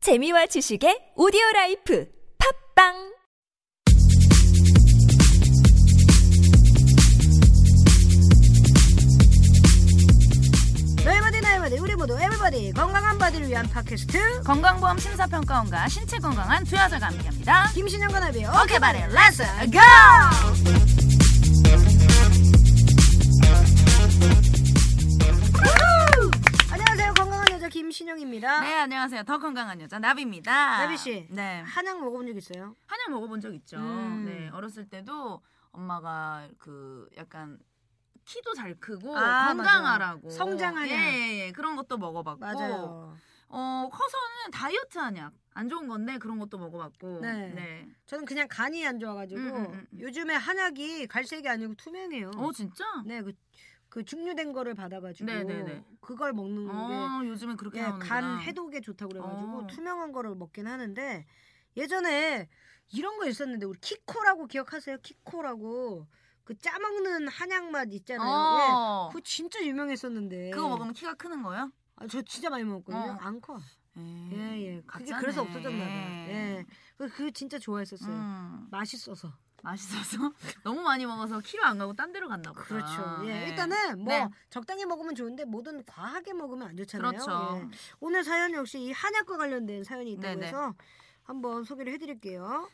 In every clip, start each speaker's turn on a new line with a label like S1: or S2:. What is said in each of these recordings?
S1: 재미와 지식의 오디오 라이프 팝빵
S2: 너희버디 나이버디 우리 모두 에브리버디 건강한 바디를 위한 팟캐스트
S3: 건강보험 심사평가원과 신체 건강한 두 여자가 함께합니다.
S2: 김신영과 나비요
S3: 오케이 바리 렛츠 고!
S2: 안녕하세요 네, 건강한 여자 김신영입니다
S3: 네 안녕하세요 더 건강한 여자 나비입니다.
S2: 나비씨
S3: 네
S2: 한약 먹어본 적 있어요?
S3: 한약 먹어본 적 있죠.
S2: 음.
S3: 네 어렸을 때도 엄마가 그 약간 키도 잘 크고
S2: 아,
S3: 건강하라고
S2: 맞아. 성장 한약.
S3: 예예 그런 것도 먹어봤고
S2: 맞아요
S3: 어 커서는 다이어트 한약 안 좋은 건데 그런 것도 먹어봤고
S2: 네.
S3: 네.
S2: 저는 그냥 간이 안 좋아가지고
S3: 음, 음, 음, 음.
S2: 요즘에 한약이 갈색이 아니고 투명해요
S3: 어 진짜?
S2: 네그 그 중류된 거를 받아가지고
S3: 네, 네, 네.
S2: 그걸 먹는 예,
S3: 어 요즘에 그렇게 나오는구나.
S2: 음, 게간 해독에 좋다고 그래가지고
S3: 어.
S2: 투명한 거를 먹긴 하는데 예전에 이런 거 있었는데 우리 키코라고 기억하세요? 키코라고 그 짜먹는 한약 맛 있잖아요. 예.
S3: 어.
S2: 그거 진짜 유명했었는데.
S3: 그거 먹으면 키가 크는 거예요?
S2: 아, 저 진짜 많이 먹었거든요.
S3: 어.
S2: 안 커.
S3: 예,
S2: 예예. 음, 그게
S3: 가짜네.
S2: 그래서 없어졌나 봐요. 예.
S3: 예.
S2: 그 그거 진짜 좋아했었어요.
S3: 음,
S2: 맛있어서.
S3: 맛있어서 너무 많이 먹어서 키로 안 가고 딴 데로 갔나 보다.
S2: 그렇죠. 예.
S3: 네.
S2: 일단은 뭐
S3: 네.
S2: 적당히 먹으면 좋은데 뭐든 과하게 먹으면 안 좋잖아요.
S3: 그렇죠.
S2: 예. 오늘 사연 역시 이 한약과 관련된 사연이 있다고
S3: 네네.
S2: 해서 한번 소개를 해드릴게요.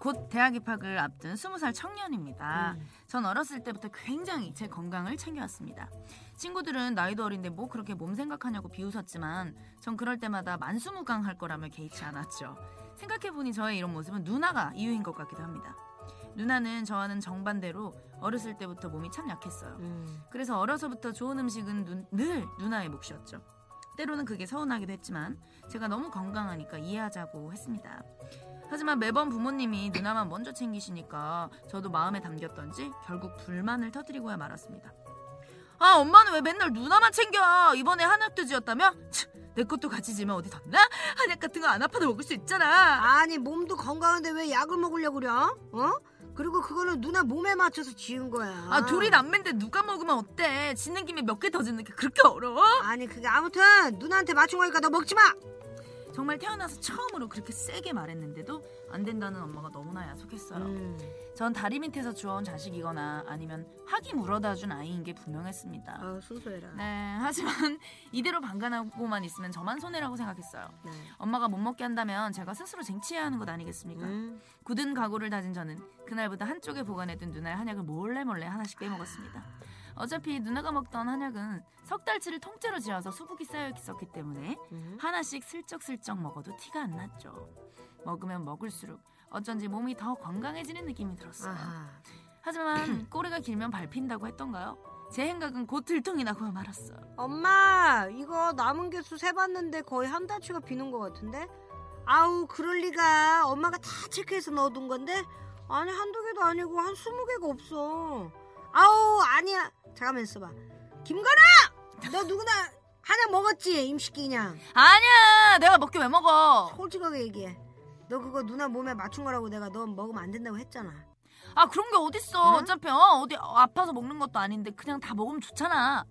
S3: 곧 대학 입학을 앞둔 20살 청년입니다.
S2: 음.
S3: 전 어렸을 때부터 굉장히 제 건강을 챙겨왔습니다. 친구들은 나이도 어린데 뭐 그렇게 몸 생각하냐고 비웃었지만 전 그럴 때마다 만수무강 할 거라며 개의치 않았죠. 생각해보니 저의 이런 모습은 누나가 이유인 것 같기도 합니다. 누나는 저와는 정반대로 어렸을 때부터 몸이 참 약했어요.
S2: 음.
S3: 그래서 어려서부터 좋은 음식은 눈- 늘 누나의 몫이었죠. 때로는 그게 서운하기도 했지만 제가 너무 건강하니까 이해하자고 했습니다. 하지만 매번 부모님이 누나만 먼저 챙기시니까 저도 마음에 담겼던지 결국 불만을 터뜨리고야 말았습니다. 아 엄마는 왜 맨날 누나만 챙겨? 이번에 한약도 지었다며? 치, 내 것도 같이 지면 어디 덧나? 한약 같은 거 안 아파도 먹을 수 있잖아.
S2: 아니 몸도 건강한데 왜 약을 먹으려고 그래? 어? 그리고 그거는 누나 몸에 맞춰서 지은 거야.
S3: 아 둘이 남매인데 누가 먹으면 어때? 짓는 김에 몇 개 더 짓는 게 그렇게 어려워?
S2: 아니 그게 아무튼 누나한테 맞춘 거니까 너 먹지 마.
S3: 정말 태어나서 처음으로 그렇게 세게 말했는데도 안 된다는 엄마가 너무나 야속했어요.
S2: 음.
S3: 전 다리 밑에서 주워온 자식이거나 아니면 학이 물어다 준 아이인 게 분명했습니다.
S2: 아 순수해라.
S3: 네, 하지만 이대로 방관하고만 있으면 저만 손해라고 생각했어요.
S2: 네.
S3: 엄마가 못 먹게 한다면 제가 스스로 쟁취해야 하는 것 아니겠습니까?
S2: 음.
S3: 굳은 각오를 다진 저는 그날부터 한쪽에 보관했던 누나의 한약을 몰래 몰래 하나씩 빼먹었습니다. 어차피 누나가 먹던 한약은 석 달치를 통째로 지어서 수북이 쌓여 있었기 때문에
S2: 음.
S3: 하나씩 슬쩍슬쩍 먹어도 티가 안 났죠. 먹으면 먹을수록 어쩐지 몸이 더 건강해지는 느낌이 들었어요.
S2: 아하.
S3: 하지만 꼬리가 길면 밟힌다고 했던가요? 제 생각은 곧 들통이 나고 말았어요.
S2: 엄마 이거 남은 개수 세봤는데 거의 한 달치가 비는 것 같은데. 아우 그럴 리가. 엄마가 다 체크해서 넣어둔 건데 아니 한두 개도 아니고 한 스무 개가 없어. 아우 아니야. 잠깐만 있어봐. 김건아 너 누구나 하나 먹었지 임시끼냥.
S3: 아니야, 내가 먹게 왜 먹어?
S2: 솔직하게 얘기해. 너 그거 누나 몸에 맞춘 거라고 내가 넌 먹으면 안 된다고 했잖아.
S3: 아 그런 게 어딨어?
S2: 응?
S3: 어차피 어, 어디 아파서 먹는 것도 아닌데 그냥 다 먹으면 좋잖아.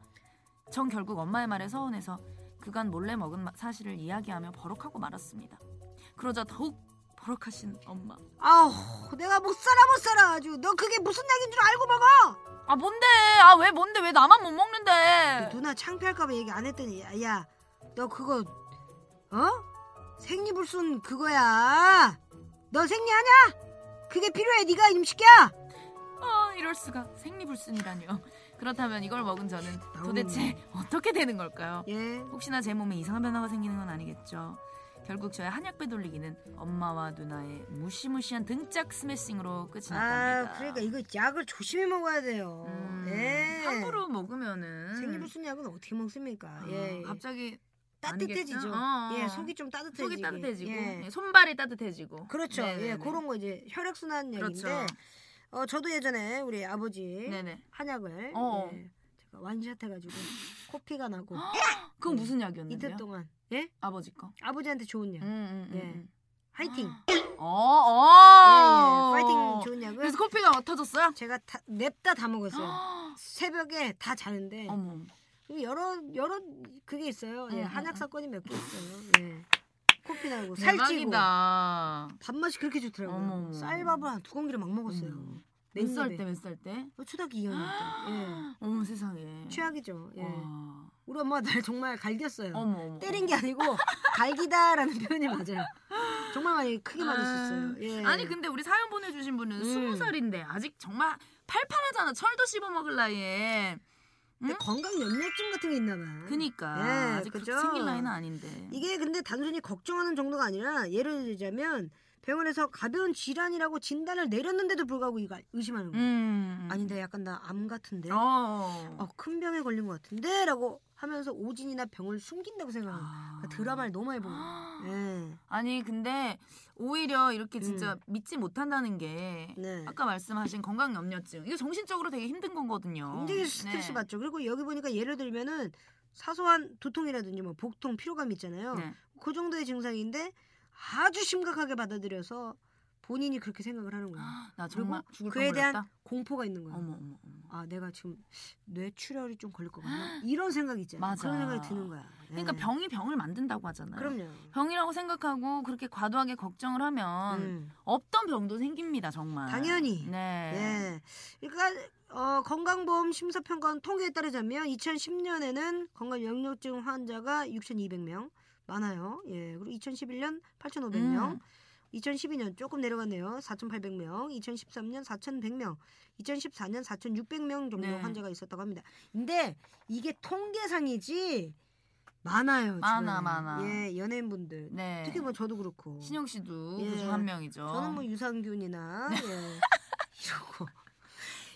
S3: 전 결국 엄마의 말에 서운해서 그간 몰래 먹은 마- 사실을 이야기하며 버럭하고 말았습니다. 그러자 더욱 버럭하신 엄마.
S2: 아우, 내가 못 살아 못 살아 아주. 너 그게 무슨 약인 줄 알고 먹어?
S3: 아 뭔데? 아 왜 뭔데? 왜 나만 못 먹는데?
S2: 누나 창피할까봐 얘기 안 했더니 야, 야, 너 그거 어? 생리불 순 그거야. 너 생리하냐? 그게 필요해 네가 임식이야.
S3: 아 이럴 수가 생리불순이라니요. 그렇다면 이걸 먹은 저는 도대체 어떻게 되는 걸까요?
S2: 예.
S3: 혹시나 제 몸에 이상한 변화가 생기는 건 아니겠죠. 결국 저의 한약 빼돌리기는 엄마와 누나의 무시무시한 등짝 스매싱으로 끝이 났답니다.
S2: 아, 그러니까 이거 약을 조심히 먹어야 돼요.
S3: 음,
S2: 예.
S3: 함부로 먹으면은
S2: 생리불 순 약은 어떻게 먹습니까?
S3: 아,
S2: 예.
S3: 갑자기
S2: 따뜻해지죠.
S3: 아니겠죠? 어, 어.
S2: 예, 속이 좀 따뜻해지게.
S3: 속이 따뜻해지고
S2: 예.
S3: 예, 손발이 따뜻해지고
S2: 그렇죠. 예,
S3: 네네네.
S2: 그런 거 이제 혈액 순환
S3: 그렇죠.
S2: 얘기인데, 어 저도 예전에 우리 아버지
S3: 네네.
S2: 한약을
S3: 어.
S2: 예, 제가 완샷해가지고 코피가 나고
S3: 그건
S2: 네.
S3: 무슨
S2: 이틀
S3: 약이었는데요?
S2: 동안 예
S3: 아버지 거.
S2: 아버지한테 좋은 약,
S3: 음, 음, 음,
S2: 예.
S3: 음.
S2: 화이팅,
S3: 어,
S2: 예,
S3: 어.
S2: 예, 파이팅 좋은 약을
S3: 그래서 커피가 터졌어요?
S2: 제가 다, 냅다 다 먹었어요.
S3: 헉,
S2: 새벽에 다 자는데
S3: 어머.
S2: 여러 여러 그게 있어요. 예,
S3: 음, 음,
S2: 한약 사건이 몇 개 있어요. 예. 코피 나고 살찌고
S3: 대박이다.
S2: 밥맛이 그렇게 좋더라고요.
S3: 어머, 어머.
S2: 쌀밥을 한 두 공기를 막 먹었어요.
S3: 음.
S2: 냉면에.
S3: 몇살 때? 몇 살 때?
S2: 어, 초등학교 2학년 때. 예.
S3: 어머 세상에.
S2: 최악이죠. 예.
S3: 와.
S2: 우리 엄마가 날 정말 갈겼어요.
S3: 어머 어머.
S2: 때린 게 아니고 갈기다라는 표현이 맞아요. 정말 많이 크게 맞았었어요. 예.
S3: 아, 아니 근데 우리 사연 보내주신 분은
S2: 음.
S3: 스무 살인데 아직 정말 팔팔하잖아. 철도 씹어 먹을 나이에.
S2: 근데 건강 염려증 같은 게 있나 봐.
S3: 그니까
S2: 예,
S3: 아직 그렇게
S2: 그죠?
S3: 생길 나이는 아닌데.
S2: 이게 근데 단순히 걱정하는 정도가 아니라 예를 들자면 병원에서 가벼운 질환이라고 진단을 내렸는데도 불구하고 이거 의심하는 거예요.
S3: 음.
S2: 아닌데 약간 나 암 같은데.
S3: 어.
S2: 어. 큰 병에 걸린 것 같은데라고 하면서 오진이나 병을 숨긴다고 생각하는 거예요.
S3: 아.
S2: 그러니까 드라마를 너무 많이 보고. 예.
S3: 아니 근데 오히려 이렇게 진짜
S2: 음.
S3: 믿지 못한다는 게
S2: 네.
S3: 아까 말씀하신 건강 염려증 이거 정신적으로 되게 힘든 거거든요. 네.
S2: 굉장히 스트레스 받죠. 그리고 여기 보니까 예를 들면은 사소한 두통이라든지 뭐 복통, 피로감 있잖아요.
S3: 네.
S2: 그 정도의 증상인데 아주 심각하게 받아들여서 본인이 그렇게 생각을 하는 거예요.
S3: 나 정말 죽을
S2: 그에
S3: 뻔
S2: 대한
S3: 그랬다.
S2: 공포가 있는 거예요.
S3: 어머 어머 어머.
S2: 아 내가 지금 뇌출혈이 좀 걸릴 것 같나? 이런 생각이 있잖아요.
S3: 맞아.
S2: 그런 생각이 드는 거야.
S3: 그러니까
S2: 예.
S3: 병이 병을 만든다고 하잖아요.
S2: 그럼요.
S3: 병이라고 생각하고 그렇게 과도하게 걱정을 하면
S2: 음.
S3: 없던 병도 생깁니다 정말.
S2: 당연히.
S3: 네.
S2: 예. 그러니까 어, 건강보험 심사평가원 통계에 따르자면 2010년에는 건강영역증 환자가 6,200명 많아요. 예. 그리고 2011년 8,500명.
S3: 음.
S2: 2012년 조금 내려갔네요. 4,800명, 2013년 4,100명, 2014년 4,600명 정도
S3: 네.
S2: 환자가 있었다고 합니다. 근데 이게 통계상이지 많아요.
S3: 많아,
S2: 주변에.
S3: 많아.
S2: 예, 연예인분들.
S3: 네.
S2: 특히 뭐 저도 그렇고.
S3: 신영 씨도
S2: 예.
S3: 그중 한 명이죠.
S2: 저는 뭐 유산균이나 예, 이러고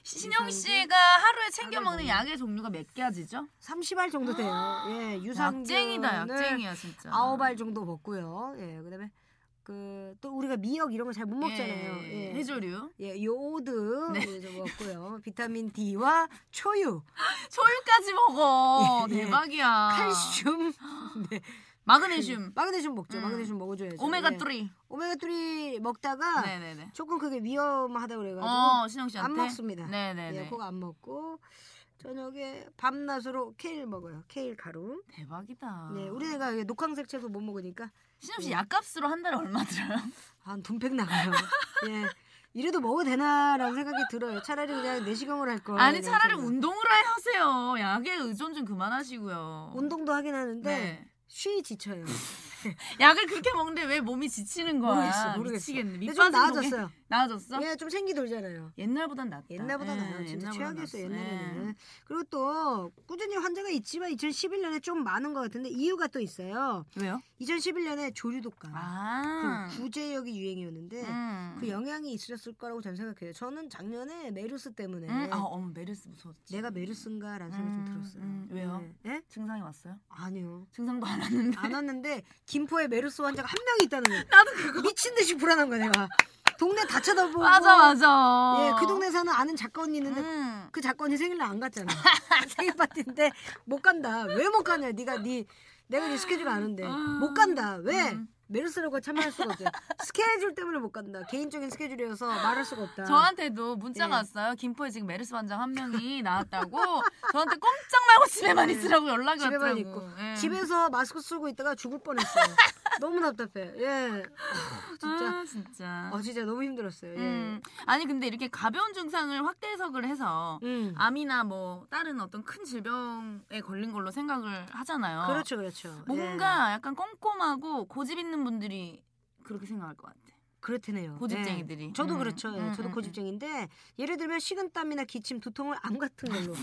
S3: 신영
S2: 유산균.
S3: 씨가 하루에 챙겨
S2: 하루에
S3: 먹는
S2: 먹는
S3: 약의 종류가 몇 가지죠?
S2: 30알 정도 돼요. 예, 유산균을
S3: 아, 약쟁이다 약쟁이야 진짜.
S2: 아홉 알 정도 먹고요. 예, 그다음에 그 또 우리가 미역 이런 거 잘 못 먹잖아요.
S3: 예.
S2: 예.
S3: 해조류.
S2: 예, 요오드
S3: 네.
S2: 예, 좀 먹고요. 비타민 D와 초유,
S3: 초유까지 먹어.
S2: 예, 예.
S3: 대박이야.
S2: 칼슘, 네.
S3: 마그네슘.
S2: 마그네슘 먹죠.
S3: 음.
S2: 마그네슘 먹어줘야죠.
S3: 오메가
S2: 예.
S3: 3.
S2: 오메가 3 먹다가
S3: 네네네.
S2: 조금 그게 위험하다 그래가지고
S3: 어 신영 씨한테.
S2: 안 먹습니다.
S3: 네네네.
S2: 예, 그거 안 먹고 저녁에 밤낮으로 케일 먹어요. 케일 가루.
S3: 대박이다.
S2: 네, 우리 애가 이게 녹황색 채소 못 먹으니까
S3: 신영 씨
S2: 예.
S3: 약값으로 한 달에 얼마 들어요?
S2: 한 돈팩 나가요. 예. 이래도 먹어도 되나라는 생각이 들어요. 차라리 그냥 내시경을 할 네, 거.
S3: 아니 차라리 운동을 하세요. 약에 의존 좀 그만하시고요.
S2: 운동도 하긴 하는데
S3: 네.
S2: 쉬이 지쳐요.
S3: 약을 그렇게 먹는데 왜 몸이 지치는 거야?
S2: 모르겠어, 모르겠어.
S3: 미치겠네.
S2: 근데
S3: 밑
S2: 좀
S3: 빠진 동에-
S2: 나아졌어요.
S3: 나아졌어?
S2: 예, 좀 생기 돌잖아요.
S3: 옛날보단 낫다.
S2: 옛날보다
S3: 예,
S2: 나아요. 진짜
S3: 옛날보다
S2: 최악이었어요.
S3: 낫어.
S2: 옛날에는. 네.
S3: 예.
S2: 그리고 또 꾸준히 환자가 있지만 2011년에 좀 많은 것 같은데 이유가 또 있어요.
S3: 왜요?
S2: 2011년에 조류 독감.
S3: 아.
S2: 그 그리고 구제역이 유행이었는데
S3: 음.
S2: 그 영향이 있으셨을 거라고 저는 생각해요. 저는 작년에 메르스 때문에
S3: 음? 아, 어머 메르스 무서웠지.
S2: 네. 내가 메르스인가라는 생각이
S3: 음,
S2: 좀 들었어요.
S3: 음, 왜요?
S2: 예? 예?
S3: 증상이 왔어요?
S2: 아니요.
S3: 증상도 안 왔는데.
S2: 안 왔는데 김포에 메르스 환자가 한 명이 있다는 거예요.
S3: 나도 그거.
S2: 미친 듯이 불안한 거야 내가. 동네 다 쳐다보고.
S3: 맞아 맞아.
S2: 예, 그 동네 사는 아는 작가 언니 있는데
S3: 음.
S2: 그 작가 언니 생일날 안 갔잖아. 생일 파티인데 못 간다. 왜 못 가냐? 네가 네 내가 네 스케줄 아는데
S3: 아.
S2: 못 간다. 왜?
S3: 음.
S2: 메르스라고 참여할 수가 없어요. 스케줄 때문에 못 간다. 개인적인 스케줄이어서 말할 수가 없다.
S3: 저한테도 문자가
S2: 예.
S3: 왔어요. 김포에 지금 메르스 환자 한 명이 나왔다고. 저한테 꼼짝 말고 집에만
S2: 예.
S3: 있으라고 연락이
S2: 집에만
S3: 왔더라고.
S2: 있고
S3: 예.
S2: 집에서 마스크 쓰고 있다가 죽을 뻔했어요. 너무 답답해. 예, 어, 진짜.
S3: 아, 진짜.
S2: 어 진짜 너무 힘들었어요. 예.
S3: 음. 아니 근데 이렇게 가벼운 증상을 확대 해석을 해서
S2: 음.
S3: 암이나 뭐 다른 어떤 큰 질병에 걸린 걸로 생각을 하잖아요.
S2: 그렇죠, 그렇죠. 예.
S3: 뭔가 약간 꼼꼼하고 고집 있는 분들이 그렇게 생각할 것 같아.
S2: 그렇다네요.
S3: 고집쟁이들이.
S2: 예. 저도
S3: 음.
S2: 그렇죠. 예,
S3: 음,
S2: 저도
S3: 음,
S2: 고집쟁인데 예를 들면 식은땀이나 기침, 두통을 암 같은 걸로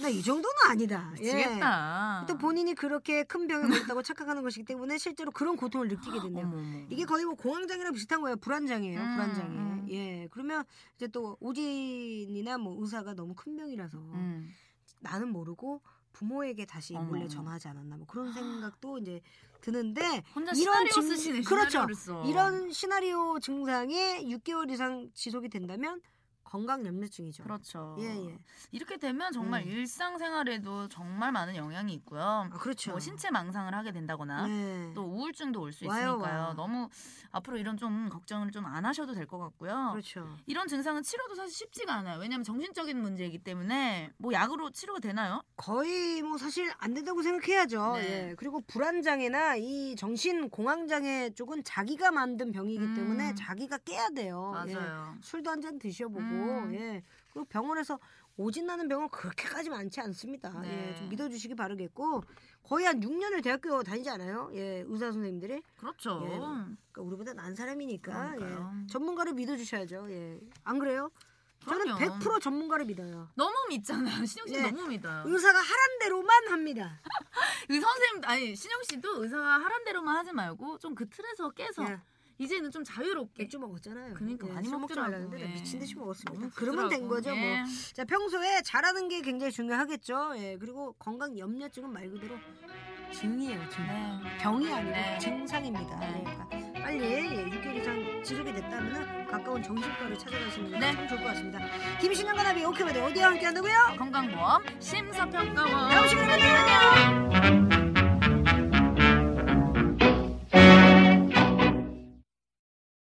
S2: 나 이 정도는 아니다.
S3: 미치겠다. 아.
S2: 예. 또 본인이 그렇게 큰 병에 걸렸다고 착각하는 것이기 때문에 실제로 그런 고통을 느끼게 된대요.
S3: 어머, 어머.
S2: 이게 거의 뭐 공황장애랑 비슷한 거예요. 불안장애예요.
S3: 음,
S2: 불안장애.
S3: 음.
S2: 예. 그러면 이제 또 오진이나 뭐 의사가 너무 큰 병이라서
S3: 음.
S2: 나는 모르고 부모에게 다시
S3: 어머, 아.
S2: 몰래
S3: 어머.
S2: 전화하지 않았나 뭐 그런 생각도 이제 드는데
S3: 혼자
S2: 이런
S3: 시나리오
S2: 증-
S3: 쓰시네. 어.
S2: 그렇죠.
S3: 시나리오를 써.
S2: 이런 시나리오 증상이 6개월 이상 지속이 된다면 건강 염려증이죠.
S3: 그렇죠.
S2: 예, 예.
S3: 이렇게 되면 정말
S2: 음.
S3: 일상생활에도 정말 많은 영향이 있고요.
S2: 아, 그렇죠.
S3: 뭐 신체 망상을 하게 된다거나
S2: 네.
S3: 또 우울증도 올 수
S2: 와요,
S3: 있으니까요.
S2: 와요.
S3: 너무 앞으로 이런 좀 걱정을 좀 안 하셔도 될 것 같고요.
S2: 그렇죠.
S3: 이런 증상은 치료도 사실 쉽지가 않아요. 왜냐하면 정신적인 문제이기 때문에 뭐 약으로 치료가 되나요?
S2: 거의 뭐 사실 안 된다고 생각해야죠.
S3: 네.
S2: 예. 그리고 불안장애나 이 정신 공황장애 쪽은 자기가 만든 병이기
S3: 음.
S2: 때문에 자기가 깨야 돼요. 예.
S3: 맞아요.
S2: 술도 한 잔 드셔보고
S3: 음.
S2: 예. 그리고 병원에서 오진 나는 병원 그렇게까지 많지 않습니다.
S3: 네.
S2: 예. 좀 믿어주시기 바라겠고 거의 한 6년을 대학교 다니지 않아요? 예. 의사 선생님들이
S3: 그렇죠.
S2: 예. 그러니까 우리보다 난 사람이니까
S3: 그러니까요.
S2: 예. 전문가를 믿어주셔야죠. 예. 안 그래요? 저는
S3: 그럼요.
S2: 100% 전문가를 믿어요.
S3: 너무 믿잖아요. 신영 씨
S2: 네.
S3: 너무 믿어요.
S2: 의사가 하란 대로만 합니다.
S3: 의 선생님 아니 신영 씨도 의사가 하란 대로만 하지 말고 좀 그 틀에서 깨서
S2: 예.
S3: 이제는 좀 자유롭게
S2: 맥주 먹었잖아요.
S3: 그러니까
S2: 예,
S3: 많이
S2: 술 먹지
S3: 먹더라고.
S2: 말라는데 나
S3: 예.
S2: 미친 듯이 먹었습니다.
S3: 너무
S2: 그러면 된
S3: 부드럽고.
S2: 거죠.
S3: 예.
S2: 뭐. 자 평소에 잘하는 게 굉장히 중요하겠죠. 예 그리고 건강 염려증은 말 그대로 증이에요. 증.
S3: 네.
S2: 병이 아니고
S3: 네.
S2: 증상입니다.
S3: 네.
S2: 예, 그러니까 빨리 예, 6개월 이상 지르게 됐다면 가까운 정신과를 찾아가시는 게
S3: 네.
S2: 참 좋을 것 같습니다. 김신영과 나비 오케바디 어디와 함께 한다고요?
S3: 건강보험 심사평가원
S2: 다음 시간에 만나요.
S3: 안녕.